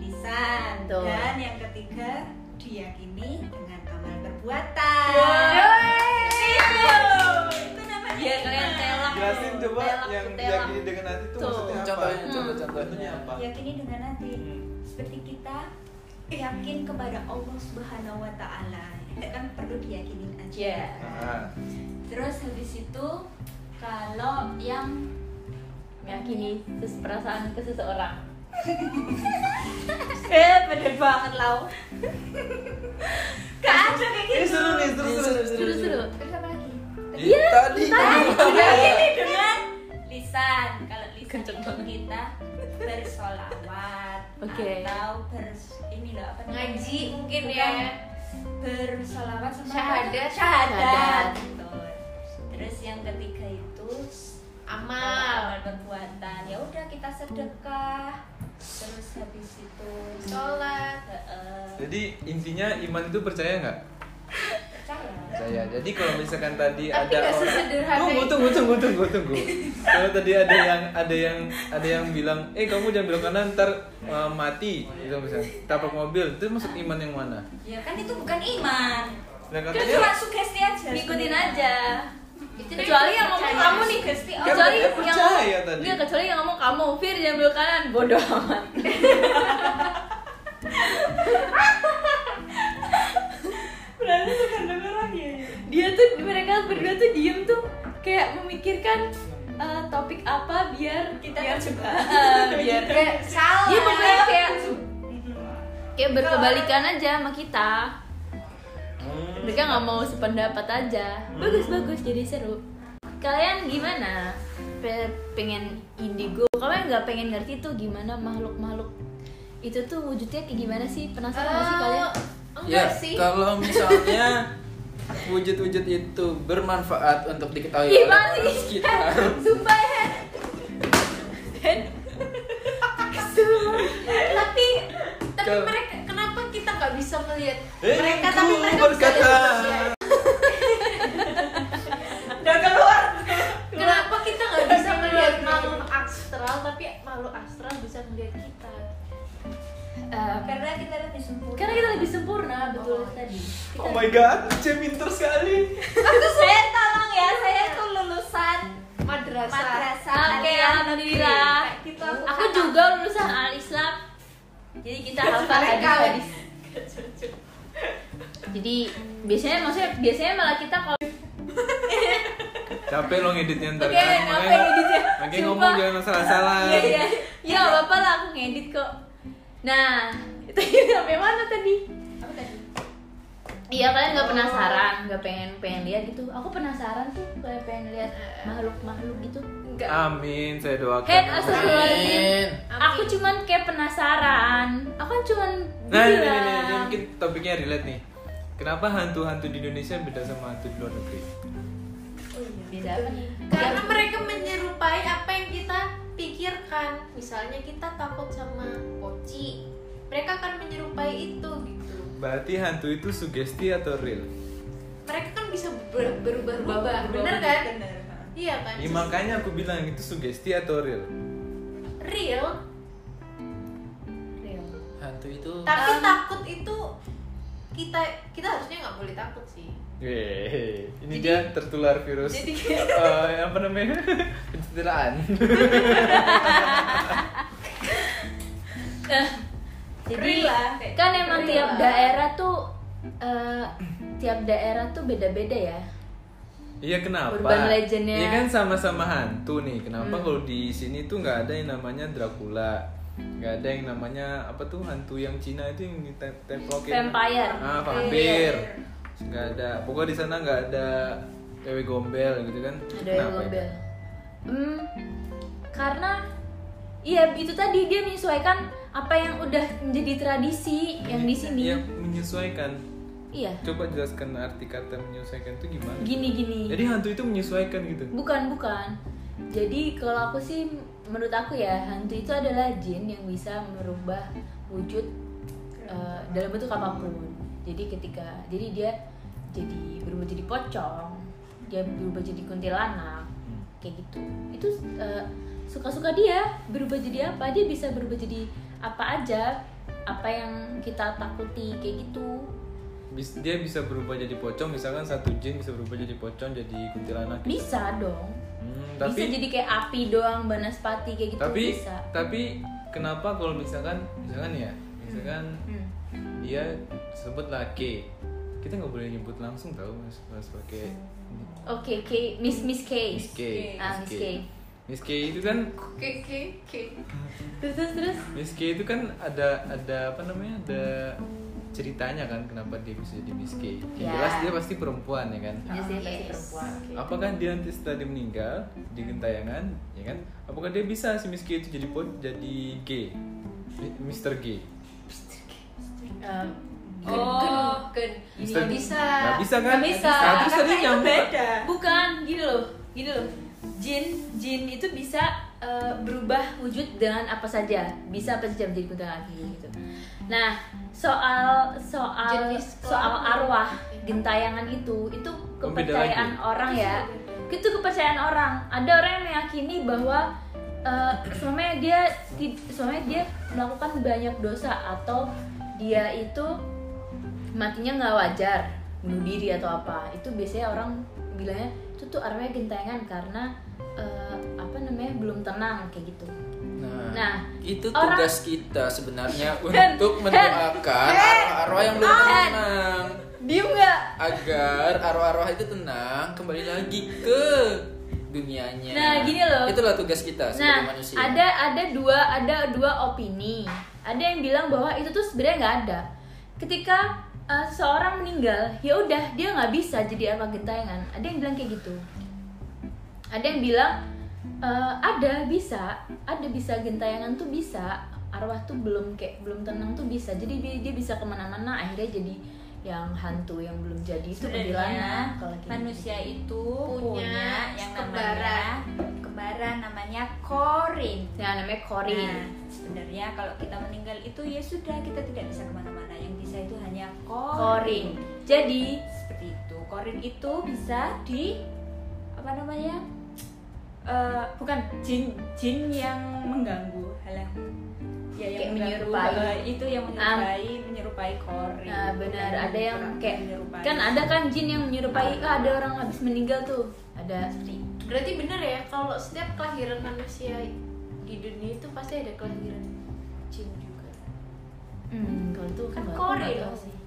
Speaker 1: lisan.
Speaker 2: Betul.
Speaker 1: Dan yang ketiga diyakini dengan amal perbuatan. Itu namanya
Speaker 2: Ya, kalian
Speaker 1: iman.
Speaker 2: telak.
Speaker 5: jelasin coba
Speaker 2: Telak,
Speaker 5: yang
Speaker 2: telak.
Speaker 5: yakini dengan hati itu
Speaker 2: Tuh.
Speaker 5: maksudnya apa
Speaker 3: contohnya,
Speaker 2: Hmm.
Speaker 3: coba contohnya apa?
Speaker 1: Yakini dengan hati.
Speaker 5: Hmm.
Speaker 1: Seperti kita yakin kepada Allah Subhanahu wa taala. Itu kan perlu diyakini aja.
Speaker 2: Iya.
Speaker 5: Ah,
Speaker 1: Terus habis itu kalau yang
Speaker 2: meyakini ses- perasaan ke seseorang
Speaker 1: eh bener banget lau. Gak ada kayak
Speaker 5: ini
Speaker 1: gitu.
Speaker 5: seru nih seru seru seru
Speaker 2: terus terus
Speaker 4: Terus apa lagi?
Speaker 3: Iya, tadi.
Speaker 1: Yakini Iya, dengan lisan. Kalau lisan
Speaker 2: Kenceng
Speaker 1: itu
Speaker 2: banget.
Speaker 1: kita bersolawat
Speaker 2: Oke.
Speaker 1: atau bers ini loh apa namanya?
Speaker 4: Ngaji mungkin
Speaker 1: Bukan.
Speaker 4: ya.
Speaker 1: bersolawat sama apa?
Speaker 4: Syahadat.
Speaker 1: syahadat.
Speaker 2: Syahadat.
Speaker 1: Betul. Terus yang ketiga itu amal
Speaker 4: Amal.
Speaker 1: perbuatan ya udah kita sedekah terus habis itu eh,
Speaker 4: Sholat.
Speaker 1: heeh,
Speaker 5: jadi intinya iman itu percaya nggak
Speaker 1: percaya
Speaker 5: percaya jadi kalau misalkan
Speaker 4: Tapi
Speaker 5: tadi Iya, ada
Speaker 4: nggak
Speaker 5: orang
Speaker 4: sesederhana
Speaker 5: tunggu
Speaker 4: itu.
Speaker 5: tunggu tunggu tunggu tunggu kalau tadi ada yang ada yang ada yang bilang eh kamu jangan belok kanan ntar eh, mati gitu misalnya tabrak mobil itu masuk iman yang mana
Speaker 1: ya kan itu bukan iman
Speaker 5: nah
Speaker 1: itu
Speaker 5: katanya
Speaker 1: Kan cuma sugesti aja Iya,
Speaker 2: ngikutin aja
Speaker 4: Itu
Speaker 2: kecuali yang ngomong
Speaker 4: percaya.
Speaker 2: kamu nih
Speaker 1: Gusti, oh,
Speaker 2: kecuali yang
Speaker 5: katanya percaya tadi.
Speaker 2: Iya, kecuali yang ngomong kamu Fir jangan belok kanan bodoh amat
Speaker 1: berarti kan bukan dengar lagi
Speaker 2: dia tuh mereka berdua tuh diem tuh kayak memikirkan eh, topik apa biar
Speaker 1: kita
Speaker 2: biar,
Speaker 1: terjebak
Speaker 2: Eh, biar
Speaker 4: Kayak salah.
Speaker 2: Iya pokoknya kayak kayak berkebalikan aja sama kita. Mereka nggak mau sependapat aja. Hmm. Bagus bagus jadi seru. Kalian gimana? Pe- pengen indigo? Kalian nggak pengen ngerti tuh gimana makhluk makhluk itu tuh wujudnya kayak gimana sih? Penasaran nggak sih
Speaker 4: Eh,
Speaker 2: kalian?
Speaker 4: Enggak
Speaker 5: Iya,
Speaker 3: Ya,
Speaker 4: sih.
Speaker 3: kalau misalnya wujud-wujud itu bermanfaat untuk diketahui
Speaker 2: Ih,
Speaker 3: oleh
Speaker 2: Bang,
Speaker 3: orang
Speaker 2: ih.
Speaker 3: sekitar.
Speaker 2: Sumpah ya.
Speaker 4: tapi tapi
Speaker 3: Kalau-
Speaker 4: mereka kenapa kita nggak bisa melihat
Speaker 5: Eh,
Speaker 4: mereka
Speaker 5: ku
Speaker 4: tapi mereka bisa
Speaker 5: berkata.
Speaker 4: lihat manusia?
Speaker 1: udah keluar
Speaker 4: kenapa kita nggak bisa melihat makhluk astral tapi makhluk astral bisa melihat kita
Speaker 1: karena kita lebih sempurna
Speaker 2: karena kita lebih sempurna betul tadi. Kita
Speaker 5: oh my god ceminter sekali
Speaker 1: aku saya tolong ya saya tuh lulusan
Speaker 4: madrasah
Speaker 1: madrasah
Speaker 2: Oke,
Speaker 1: Aliyah
Speaker 2: alhamdulillah.
Speaker 1: Negeri. Kayak gitu aku,
Speaker 2: Aku juga lulusan Al Islam. Jadi kita hafal
Speaker 4: mereka.
Speaker 2: hadis-hadis. Jadi biasanya maksudnya biasanya malah kita kalau
Speaker 5: Iya, capek lo ngeditnya ntar
Speaker 2: oke
Speaker 5: kan
Speaker 2: apa
Speaker 5: makanya,
Speaker 2: editnya?
Speaker 5: makanya
Speaker 2: Sumpah.
Speaker 5: ngomong jangan salah-salah
Speaker 2: Iya iya. Ya nggak apa-apa lah aku ngedit kok. Nah itu sampai mana tadi?
Speaker 1: Apa tadi?
Speaker 2: Iya kalian nggak penasaran, nggak pengen pengen lihat gitu. Aku penasaran tuh kayak pengen lihat makhluk-makhluk gitu.
Speaker 4: enggak
Speaker 5: Ah. amin saya doakan
Speaker 2: Head astagfirullahaladzim.
Speaker 3: Amin.
Speaker 2: Aku cuman kayak penasaran. Aku kan cuman
Speaker 5: Nah, ini, ini,
Speaker 2: bilang.
Speaker 5: ini, ini mungkin topiknya relate nih. Kenapa hantu-hantu di Indonesia beda sama hantu di luar negeri?
Speaker 2: Beda apa nih?
Speaker 4: karena mereka menyerupai apa yang kita pikirkan misalnya kita takut sama poci mereka akan menyerupai itu gitu
Speaker 5: Berarti hantu itu sugesti atau real?
Speaker 4: mereka kan bisa ber- berubah-ubah
Speaker 2: Berubah-ubah.
Speaker 4: bener kan
Speaker 1: bener
Speaker 4: iya kan
Speaker 5: Ya, makanya aku bilang itu sugesti atau real.
Speaker 4: real
Speaker 2: Real.
Speaker 3: Hantu itu
Speaker 4: tapi takut itu kita kita harusnya nggak boleh takut sih
Speaker 5: Weh,
Speaker 4: Jadi-
Speaker 5: ini dia tertular virus
Speaker 4: jadi
Speaker 5: eh, apa namanya pencitraan.
Speaker 2: Jadi
Speaker 1: Real lah, kayak
Speaker 2: kan emang
Speaker 4: real
Speaker 2: tiap
Speaker 4: lah.
Speaker 2: daerah tuh eh, tiap daerah tuh beda-beda ya.
Speaker 5: Iya kenapa?
Speaker 2: Urban legend-nya. Hmm.
Speaker 5: Iya kan sama-sama hantu nih. Kenapa kalau di sini tuh nggak ada yang namanya Dracula, nggak ada yang namanya apa tuh hantu yang Cina itu yang ditemplokin.
Speaker 2: Vampire. Iya.
Speaker 5: Ah vampir. Nggak ada. Pokoknya di sana nggak ada cewek gombel gitu kan?
Speaker 2: Ada yang
Speaker 5: Kenapa
Speaker 2: gombel.
Speaker 5: itu?
Speaker 2: Hmm, karena iya itu tadi dia menyesuaikan apa yang udah menjadi tradisi yang di sini.
Speaker 5: Iya menyesuaikan.
Speaker 2: Iya.
Speaker 5: Coba jelaskan arti kata menyesuaikan itu gimana?
Speaker 2: Gini gini.
Speaker 5: Jadi hantu itu menyesuaikan gitu.
Speaker 2: Bukan bukan. Jadi kalau aku sih menurut aku ya hantu itu adalah jin yang bisa merubah wujud eh, dalam bentuk apapun. Jadi ketika jadi dia jadi berubah jadi pocong, dia berubah jadi kuntilanak
Speaker 5: Hmm.
Speaker 2: kayak gitu. Itu eh, suka-suka dia berubah jadi apa dia bisa berubah jadi apa aja apa yang kita takuti kayak gitu.
Speaker 5: Bis- dia bisa berubah jadi pocong misalkan satu jin bisa berubah jadi pocong jadi kuntilanak gitu.
Speaker 2: Bisa dong.
Speaker 5: Hmm, tapi
Speaker 2: bisa jadi kayak api doang banaspati kayak gitu
Speaker 5: tapi
Speaker 2: bisa.
Speaker 5: tapi kenapa kalau misalkan misalkan ya misalkan
Speaker 2: Hmm.
Speaker 5: dia sebutlah K kita nggak boleh nyebut langsung tau mas mas pakai
Speaker 2: Oke, K, Miss Miss K.
Speaker 5: Miss K
Speaker 2: Ah, Miss K.
Speaker 5: Miss K itu kan
Speaker 4: oke oke oke
Speaker 2: Terus terus terus.
Speaker 5: Miss K itu kan ada ada apa namanya ada ceritanya kan kenapa dia bisa jadi Miss K
Speaker 2: Ya.
Speaker 5: yang jelas dia pasti perempuan ya kan
Speaker 2: Iya sih pasti
Speaker 4: Yes.
Speaker 2: perempuan.
Speaker 5: apakah dia nanti setelah dia meninggal di gentayangan ya kan apakah dia bisa si Miss K itu jadi pot jadi G Mr. G
Speaker 2: Eh,
Speaker 4: Gen,
Speaker 2: oh,
Speaker 4: gen, gen.
Speaker 5: Mister-
Speaker 4: Nggak bisa.
Speaker 5: nggak bisa kan
Speaker 2: Nggak bisa.
Speaker 5: Nah, terus
Speaker 1: Karena
Speaker 5: tadi
Speaker 1: itu
Speaker 5: nyambung
Speaker 1: beda.
Speaker 2: bukan gini loh, gini loh. Jin, jin itu bisa eh, berubah wujud dengan apa saja. Bisa apa saja menjadi kuntilanak gitu. Nah, soal soal
Speaker 4: Jenis
Speaker 2: soal
Speaker 4: kelamin.
Speaker 2: arwah gentayangan itu itu
Speaker 5: Oh, beda
Speaker 2: kepercayaan
Speaker 5: lagi.
Speaker 2: orang ya. itu kepercayaan orang ada orang yang meyakini bahwa eh, sebenarnya dia ti- sebenarnya dia melakukan banyak dosa atau dia itu matinya nggak wajar bunuh diri atau apa itu biasanya orang bilangnya itu tuh arwahnya gentengan karena eh, apa namanya belum tenang kayak gitu
Speaker 3: Nah,
Speaker 2: Nah,
Speaker 3: itu
Speaker 2: orang-
Speaker 3: tugas kita sebenarnya
Speaker 2: Hen,
Speaker 3: untuk mendoakan arwah-arwah yang belum tenang
Speaker 2: diem nggak
Speaker 3: agar arwah-arwah itu tenang kembali lagi ke dunianya.
Speaker 2: Nah, gini loh.
Speaker 3: Itulah tugas kita sebagai
Speaker 2: Nah,
Speaker 3: manusia.
Speaker 2: ada ada dua ada dua opini. Ada yang bilang bahwa itu tuh sebenarnya nggak ada. Ketika uh, seorang meninggal, ya udah dia nggak bisa jadi apa gentayangan. Ada yang bilang kayak gitu. Ada yang bilang "Eh, ada bisa, ada bisa gentayangan tuh bisa. Arwah tuh belum kayak belum tenang tuh bisa. Jadi dia, dia bisa kemana-mana. Akhirnya jadi yang hantu yang belum jadi itu
Speaker 1: Sebenarnya
Speaker 2: kuntilanak kalau kayak gitu.
Speaker 1: manusia itu
Speaker 4: Punya
Speaker 1: punya yang
Speaker 4: kembaran.
Speaker 1: namanya kembaran namanya korin.
Speaker 2: Nah, namanya Corin.
Speaker 1: Nah, sebenarnya kalau kita meninggal itu ya sudah kita tidak bisa kemana-mana. Yang bisa itu hanya
Speaker 2: Korin.
Speaker 1: korin.
Speaker 2: Jadi
Speaker 1: Seperti itu. Korin itu bisa di apa namanya? Eh, bukan jin jin yang mengganggu. Halah. Ya,
Speaker 2: Kayak
Speaker 1: yang mengganggu,
Speaker 2: menyerupai.
Speaker 1: eh, itu yang menyerupai menyerupai korin.
Speaker 2: Nah, benar.
Speaker 1: Bukan
Speaker 2: Ada yang
Speaker 1: bukan
Speaker 2: kayak-
Speaker 1: menyerupai.
Speaker 2: kan ada kan jin yang menyerupai "Ah, ada orang habis meninggal tuh ada seperti
Speaker 4: Berarti bener ya kalau setiap kelahiran manusia di dunia itu pasti ada kelahiran jin juga.
Speaker 2: hmm, kalau itu
Speaker 4: Kan
Speaker 2: aku
Speaker 4: Korea
Speaker 2: nggak tahu
Speaker 4: dong.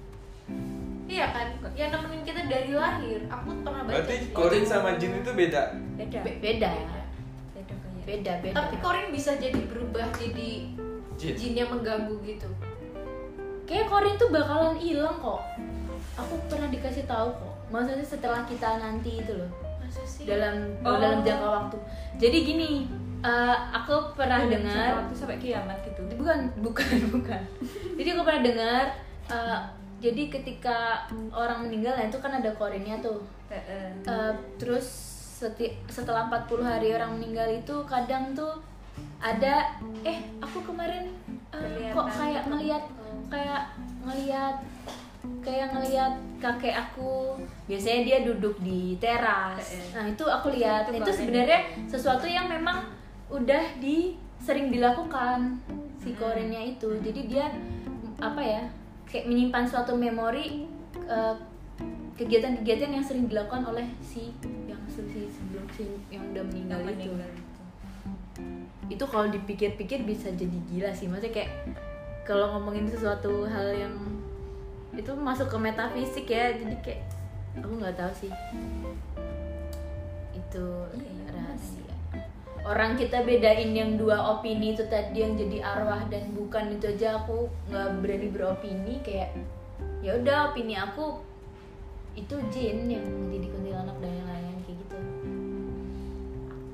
Speaker 4: Iya kan? Yang nemenin kita dari lahir. Aku pernah baca.
Speaker 5: berarti
Speaker 4: sih.
Speaker 5: Korin sama jin itu beda
Speaker 1: beda.
Speaker 4: Be-
Speaker 2: beda ya
Speaker 1: beda kayak
Speaker 2: beda beda
Speaker 4: Tapi Korin bisa jadi berubah jadi
Speaker 5: jin
Speaker 4: jin yang mengganggu gitu.
Speaker 2: kayak korin tuh bakalan hilang kok aku pernah dikasih tahu kok maksudnya setelah kita nanti itu loh
Speaker 4: Masa sih?
Speaker 2: dalam
Speaker 1: Oh.
Speaker 2: dalam jangka waktu jadi gini eh, aku pernah
Speaker 1: Dalam
Speaker 2: dengar
Speaker 1: satu waktu sampai kiamat gitu
Speaker 2: bukan bukan bukan jadi aku pernah dengar eh, jadi ketika orang meninggal nah itu kan ada korinnya tuh
Speaker 1: Heeh.
Speaker 2: Uh, terus seti- setelah 40 hari orang meninggal itu kadang tuh ada eh aku kemarin uh, kok
Speaker 1: Kelihatan. gitu?
Speaker 2: kayak ngelihat kayak ngelihat kayak ngelihat kakek aku biasanya dia duduk di teras
Speaker 1: Eh, eh.
Speaker 2: nah itu aku lihat
Speaker 1: Itu
Speaker 2: itu,
Speaker 1: kemarin.
Speaker 2: sebenarnya sesuatu yang memang udah di sering dilakukan si korennya itu jadi dia mm, apa ya kayak menyimpan suatu memori uh, kegiatan-kegiatan yang sering dilakukan oleh si yang se- si sebelum si yang udah meninggal
Speaker 1: Yang
Speaker 2: itu
Speaker 1: meninggal
Speaker 2: itu kalau dipikir-pikir bisa jadi gila sih maksudnya kayak kalau ngomongin sesuatu hal yang itu masuk ke metafisik ya jadi kayak aku nggak tahu sih itu
Speaker 1: Iya, iya,
Speaker 2: rahasia orang kita bedain yang dua opini itu tadi yang jadi arwah dan bukan itu aja aku nggak berani beropini kayak ya udah opini aku itu jin yang jadi kuntilanak dan yang lain kayak gitu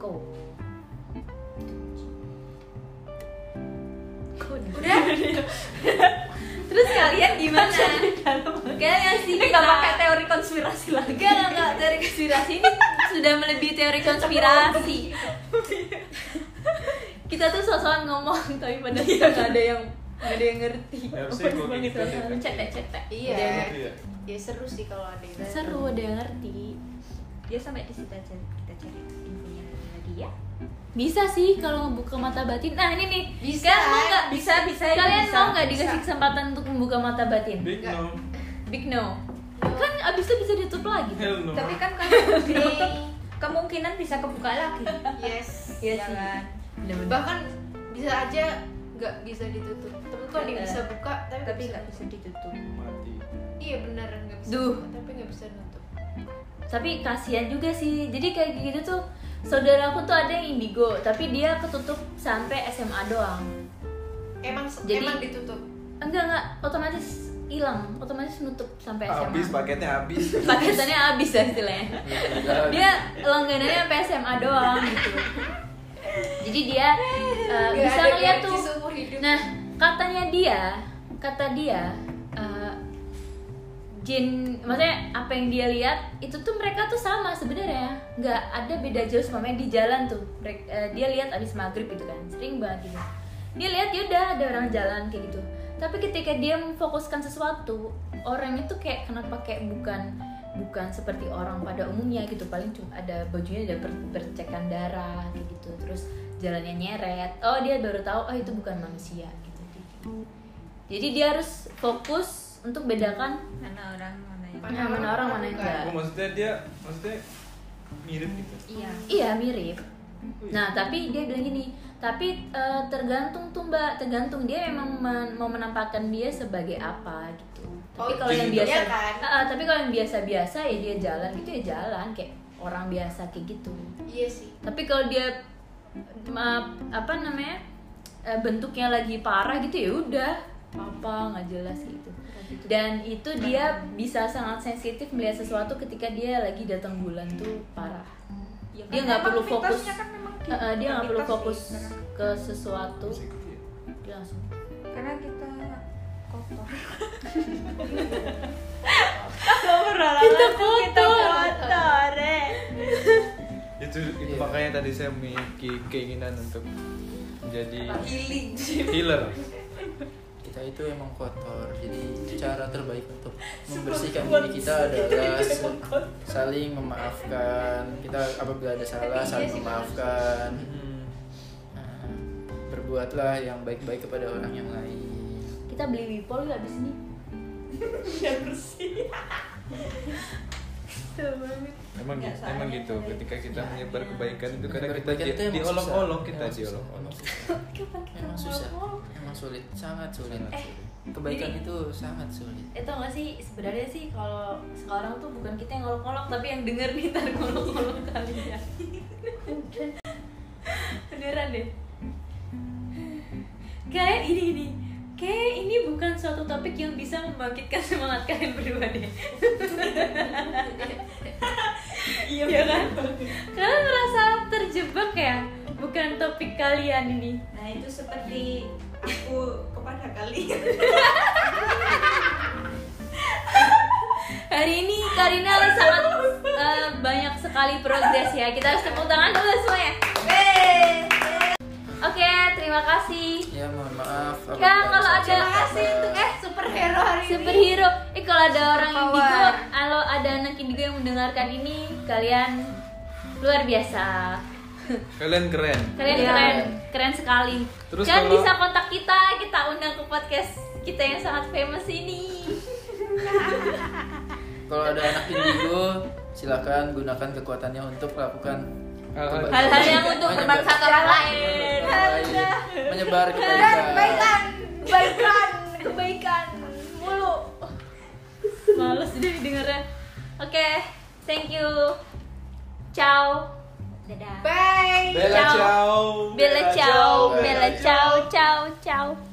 Speaker 2: aku Kau udah terus kalian gimana ya, kalian ngasih
Speaker 1: ini nggak pakai teori konspirasi lagi
Speaker 2: Enggak, enggak, enggak. dari konspirasi ini sudah melebihi teori konspirasi. kita tuh sosokan ngomong tapi pada kita nggak ada yang nggak ada yang ngerti.
Speaker 5: Harusnya gua gitu ya, kan?
Speaker 2: cetek-cetek.
Speaker 4: Iya.
Speaker 2: Ada yang-
Speaker 5: Iya.
Speaker 4: Ya seru sih kalau ada yang
Speaker 2: Seru ada yang ngerti.
Speaker 1: dia sampai di situ aja kita cari infonya lagi ya
Speaker 2: Bisa sih kalau ngebuka mata batin. Nah ini nih.
Speaker 4: Bisa, iya.
Speaker 2: Kalian mau nggak?
Speaker 1: bisa bisa ini
Speaker 2: Kalian
Speaker 1: bisa.
Speaker 2: mau nggak
Speaker 1: Bisa.
Speaker 2: dikasih kesempatan untuk membuka mata batin?
Speaker 5: Big
Speaker 4: Enggak.
Speaker 5: no,
Speaker 2: Big
Speaker 4: No.
Speaker 2: no. Kan abis itu bisa ditutup lagi.
Speaker 5: hell no.
Speaker 4: Tapi kan kalau
Speaker 1: Ditutup. kemungkinan bisa kebuka lagi
Speaker 4: yes,
Speaker 1: Iya sih.
Speaker 4: jangan.
Speaker 2: Bener-bener.
Speaker 4: Bahkan bisa aja nggak bisa ditutup. Temen tuh ada yang bisa buka tapi nggak
Speaker 1: tapi
Speaker 4: bisa.
Speaker 1: nggak bisa ditutup
Speaker 5: mati.
Speaker 4: Iya benar nggak bisa.
Speaker 2: Duh.
Speaker 4: buka, tapi nggak bisa nutup.
Speaker 2: tapi kasihan juga sih jadi kayak gitu tuh saudara aku tuh ada yang indigo tapi dia ketutup sampai SMA doang
Speaker 4: Emang
Speaker 2: Jadi-
Speaker 4: emang ditutup.
Speaker 2: enggak enggak otomatis hilang otomatis nutup sampai SMA
Speaker 5: Habis paketnya habis.
Speaker 2: paketannya habis lah istilahnya dia langganannya sampai SMA doang gitu jadi dia uh,
Speaker 4: Nggak
Speaker 2: bisa
Speaker 4: ada
Speaker 2: ngeliat
Speaker 4: gaji
Speaker 2: tuh
Speaker 1: gitu.
Speaker 4: seumur hidup.
Speaker 2: nah katanya dia kata dia uh, jin maksudnya apa yang dia lihat itu tuh mereka tuh sama sebenarnya nggak ada beda jauh semuanya di jalan tuh Merek- eh, dia lihat abis maghrib gitu kan sering banget gitu dia lihat yaudah ada orang jalan kayak gitu tapi ketika dia memfokuskan sesuatu orang itu kayak kenapa kayak bukan bukan seperti orang pada umumnya gitu paling cuma ada bajunya ada ber- bercekan darah kayak gitu terus jalannya nyeret oh dia baru tahu oh itu bukan manusia gitu jadi dia harus fokus untuk bedakan
Speaker 1: mana orang mana yang
Speaker 2: Mana mana orang mana yang
Speaker 4: gitu.
Speaker 2: enggak.
Speaker 5: Oh, maksudnya dia maksudnya mirip gitu.
Speaker 1: iya
Speaker 2: Iya mirip.
Speaker 5: Wih.
Speaker 2: Nah tapi dia bilang gini, tapi eh, tergantung tuh mbak, tergantung dia memang men- mau menampakkan dia sebagai apa gitu. Tapi
Speaker 4: Oh,
Speaker 2: kalau yang
Speaker 5: jadi
Speaker 2: biasa,
Speaker 4: iya kan?
Speaker 2: Ah, ah, tapi kalau yang biasa-biasa ya dia jalan gitu ya jalan kayak orang biasa kayak gitu.
Speaker 4: Iya sih.
Speaker 2: Tapi kalau dia ma- apa namanya eh, bentuknya lagi parah gitu ya udah apa nggak jelas gitu. Dan itu dia bisa sangat sensitif melihat sesuatu ketika dia lagi datang bulan tuh parah.
Speaker 1: Ya
Speaker 2: Dia
Speaker 1: kan,
Speaker 2: nggak
Speaker 1: emang
Speaker 2: perlu fokus.
Speaker 1: mitosnya kan memang
Speaker 2: Eh, eh, dia nggak perlu
Speaker 1: mitos
Speaker 2: fokus
Speaker 1: sih, Nah, karena-
Speaker 2: ke sesuatu
Speaker 5: Bisa gitu ya.
Speaker 2: dia langsung
Speaker 1: karena kita kotor
Speaker 2: kita kotor eh.
Speaker 5: Itu
Speaker 3: Iya.
Speaker 5: itu makanya tadi saya memiliki keinginan untuk menjadi
Speaker 4: Healing.
Speaker 5: healer.
Speaker 3: kita itu emang kotor jadi cara terbaik untuk membersihkan diri kita adalah se- saling memaafkan kita apabila ada salah
Speaker 4: Tapi iya
Speaker 3: saling
Speaker 4: sih,
Speaker 3: memaafkan
Speaker 5: Hmm.
Speaker 3: Nah, berbuatlah yang baik-baik kepada orang yang lain
Speaker 2: kita beli wipol nggak abis ini
Speaker 1: Ya,
Speaker 5: Emang
Speaker 1: Nggak,
Speaker 5: gitu,
Speaker 1: soalnya
Speaker 5: emang gitu.
Speaker 1: dari-
Speaker 5: Ketika kita
Speaker 1: iya,
Speaker 5: menyebar
Speaker 1: iya.
Speaker 5: kebaikan itu kadang kita
Speaker 3: Berbaikan
Speaker 5: di-
Speaker 3: itu emang
Speaker 5: diolok-olok
Speaker 3: susah,
Speaker 5: kita
Speaker 3: emang susah,
Speaker 5: diolok-olok.
Speaker 3: emang susah. emang susah emang sulit sangat sulit
Speaker 5: Sangat
Speaker 2: Eh.
Speaker 3: kebaikan
Speaker 2: Jadi-
Speaker 3: itu sangat sulit
Speaker 2: itu nggak Eh, sih sebenarnya sih kalau sekarang tuh bukan kita yang ngolok-ngolok tapi yang denger nih tar ngolok-ngolok kalian beneran deh kalian ini ini kayak ini bukan suatu topik yang bisa membangkitkan semangat kalian berdua deh iya kan kalian merasa terjebak ya bukan topik kalian ini
Speaker 1: nah itu seperti aku kepada kalian
Speaker 2: Hari ini Karina sangat eh, banyak sekali progres ya. Kita harus tepuk tangan dulu semuanya. Yeay. Oke, terima kasih.
Speaker 3: ya mohon maaf
Speaker 2: Kang, kalau ada-
Speaker 3: Terima
Speaker 4: Makasih untuk eh superhero hari ini.
Speaker 2: Superhero. Eh kalau ada orang indigo,
Speaker 4: Superpower.
Speaker 2: kalau ada anak indigo yang mendengarkan ini, kalian luar biasa.
Speaker 5: Kalian keren.
Speaker 2: Kalian
Speaker 4: Iya.
Speaker 2: keren, keren sekali.
Speaker 5: Terus
Speaker 2: kalian
Speaker 5: kalau-
Speaker 2: bisa kontak kita, kita undang ke podcast kita yang sangat famous ini.
Speaker 3: kalau ada anak indigo silakan gunakan kekuatannya untuk melakukan
Speaker 5: Hal-hal-
Speaker 3: keba-
Speaker 2: Hal-hal yang untuk
Speaker 3: menyebar-
Speaker 2: bermanfaat orang lain.
Speaker 3: orang lain, menyebar kebaikan
Speaker 4: Kebaikan, kebaikan, kebaikan mulu.
Speaker 2: Males deh dengernya. Oke, thank you. Ciao.
Speaker 1: dadah
Speaker 4: Bye.
Speaker 5: Bella
Speaker 2: Ciao.
Speaker 5: ciao.
Speaker 2: Bella ciao,
Speaker 3: Bella
Speaker 2: Bella ciao, ciao, ciao.